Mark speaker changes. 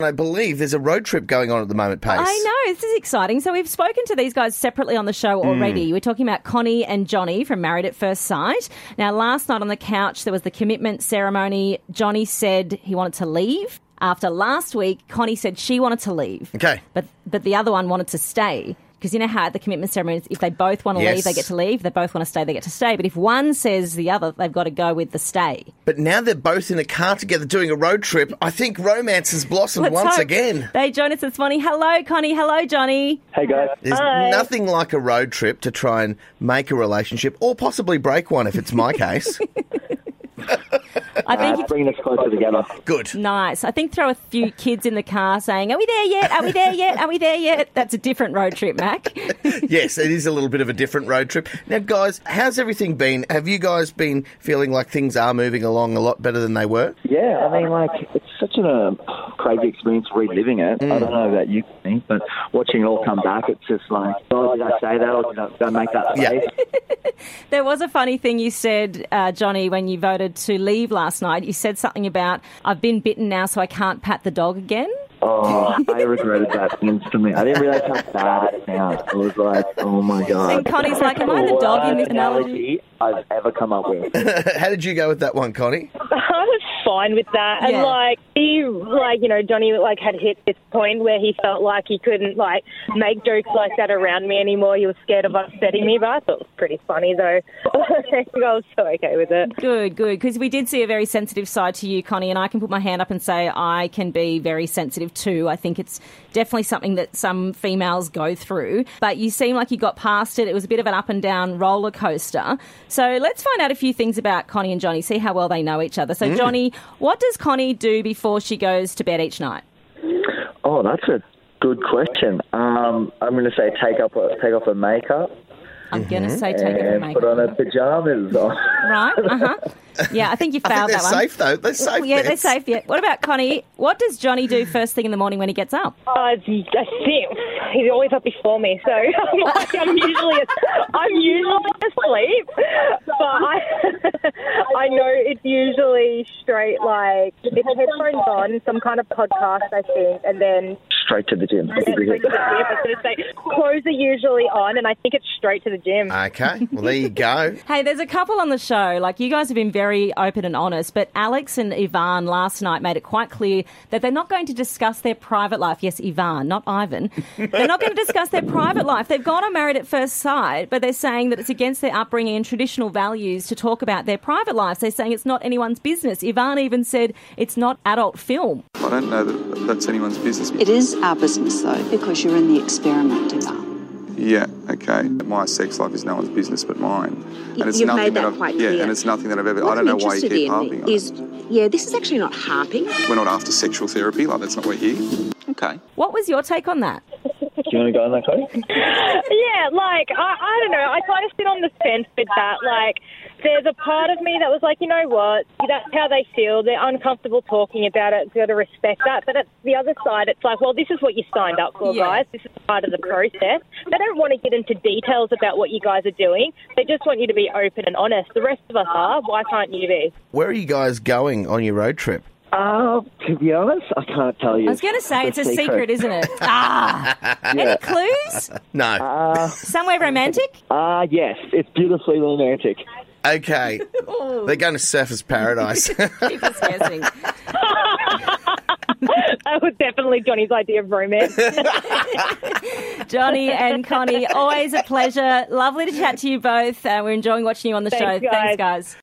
Speaker 1: I believe there's a road trip going on at the moment, Pace.
Speaker 2: I know, this is exciting. So we've spoken to these guys separately on the show
Speaker 1: Mm.
Speaker 2: already. We're talking about Connie and Johnny from Married at First Sight. Now, last night on the couch, there was the commitment ceremony. Johnny said he wanted to leave. After last week, Connie said she wanted to leave.
Speaker 1: Okay.
Speaker 2: But, but the other one wanted to stay. Because you know how at the commitment ceremony, if they both want to
Speaker 1: Yes.
Speaker 2: leave, they get to leave. If they both want to stay, they get to stay. But if one says the other, they've got to go with the stay.
Speaker 1: But now they're both in a car together doing a road trip. I think romance has blossomed
Speaker 2: Let's
Speaker 1: once
Speaker 2: hope
Speaker 1: again.
Speaker 2: They join us this morning. Hello, Connie. Hello, Johnny.
Speaker 3: Hey guys.
Speaker 1: There's nothing like a road trip to try and make a relationship or possibly break one if it's my case.
Speaker 2: I think you
Speaker 3: bringing us closer together.
Speaker 1: Good.
Speaker 2: Nice. I think throw a few kids in the car saying, Are we there yet? Are we there yet? Are we there yet? That's a different road trip, Mac.
Speaker 1: Yes, it is a little bit of a different road trip. Now, guys, how's everything been? Have you guys been feeling like things are moving along a lot better than they were?
Speaker 3: Yeah, I mean, like, it's such an uh, crazy experience reliving it. I don't know about you, Kenny, but watching it all come back, it's just like, oh, did I say that or did I, did I make that
Speaker 1: Yeah.
Speaker 3: face?
Speaker 2: there was a funny thing you said, uh, Johnny, when you voted to leave last night. You said something about, I've been bitten now, so I can't pat the dog again.
Speaker 3: Oh, I regretted that instantly. I didn't realize how bad it sounded. It was like, oh my god.
Speaker 2: And Connie's like, am I the dog in this
Speaker 3: Worst analogy I've ever come up with.
Speaker 1: How did you go with that one, Connie?
Speaker 4: I was fine with that.
Speaker 2: Yeah.
Speaker 4: And like he like, you know, Johnny like had hit this point where he felt like he couldn't like make jokes like that around me anymore. He was scared of upsetting me, but I thought it was pretty funny though. I was so okay with it.
Speaker 2: Good, good. Because we did see a very sensitive side to you, Connie, and I can put my hand up and say I can be very sensitive too. I think it's definitely something that some females go through. But you seem like you got past it. It was a bit of an up and down roller coaster. So let's find out a few things about Connie and Johnny, see how well they know each other. So,
Speaker 1: Mm.
Speaker 2: Johnny, what does Connie do before she goes to bed each night?
Speaker 3: Oh, that's a good question. Um, I'm going to say take up her, take off her makeup
Speaker 2: I'm going
Speaker 1: Mm-hmm.
Speaker 2: to say take it from
Speaker 3: and put on her
Speaker 2: makeup.
Speaker 3: pajamas. Oh, on.
Speaker 2: Right? Uh huh. Yeah, I think you
Speaker 1: I think
Speaker 2: failed
Speaker 1: they're
Speaker 2: that one.
Speaker 1: safe, though. They're safe.
Speaker 2: Yeah, they're
Speaker 1: bets.
Speaker 2: safe. Yeah. What about Connie? What does Johnny do first thing in the morning when he gets up?
Speaker 4: Uh, I think he's always up before me, so I'm, like, I'm usually I'm usually asleep, but I I know it's usually straight like it's headphones on, some kind of podcast I think, and then
Speaker 3: Straight to the gym.
Speaker 4: I was going to say clothes are usually on, and I think it's straight to the gym.
Speaker 1: Uh, Okay, well, there you go.
Speaker 2: Hey, there's a couple on the show. Like, you guys have been very open and honest, but Alex and Ivan last night made it quite clear that they're not going to discuss their private life. Yes, Ivan, not Ivan. They're not going to discuss their private life. They've gone on married at first sight, but they're saying that it's against their upbringing and traditional values to talk about their private lives. They're saying it's not anyone's business. Ivan even said it's not adult film.
Speaker 5: I don't know that that's anyone's business.
Speaker 6: It is our business, though, because you're in the experiment, Ivan.
Speaker 5: Yeah, okay. My sex life is no one's business but mine. And it's
Speaker 7: You've
Speaker 5: nothing
Speaker 7: made
Speaker 5: that
Speaker 7: that
Speaker 5: I've,
Speaker 7: quite
Speaker 5: yeah,
Speaker 7: clear.
Speaker 5: and it's nothing that I've ever.
Speaker 7: What
Speaker 5: I don't know
Speaker 7: I'm
Speaker 5: why you
Speaker 7: interested
Speaker 5: keep harping
Speaker 7: in
Speaker 5: on
Speaker 7: is,
Speaker 5: it.
Speaker 7: yeah, this is actually not harping.
Speaker 5: We're not after sexual therapy, like that's not what we're here. Okay.
Speaker 2: What was your take on that?
Speaker 3: Do you want to go on that, Cody?
Speaker 4: Yeah, like I, I don't know. I kind of sit on the fence with that. Like, there's a part of me that was like, you know what? That's how they feel. They're uncomfortable talking about it. Got to respect that. But at the other side, it's like, well, this is what you signed up for,
Speaker 2: Yeah.
Speaker 4: guys. This is part of the process. They don't want to get into details about what you guys are doing. They just want you to be open and honest. The rest of us are. Why can't you be?
Speaker 1: Where are you guys going on your road trip?
Speaker 3: Uh, to be honest, I can't tell you.
Speaker 2: I was going to say it's a secret, isn't it? Ah! Any clues?
Speaker 1: No.
Speaker 3: Uh,
Speaker 2: Somewhere romantic?
Speaker 3: uh, yes, it's beautifully romantic.
Speaker 1: Okay. They're going to Surface Paradise.
Speaker 2: People guessing.
Speaker 4: That was definitely Johnny's idea of romance.
Speaker 2: Johnny and Connie, always a pleasure. Lovely to chat to you both. Uh, we're enjoying watching you on the
Speaker 4: Thanks,
Speaker 2: show.
Speaker 4: guys.
Speaker 2: Thanks, guys.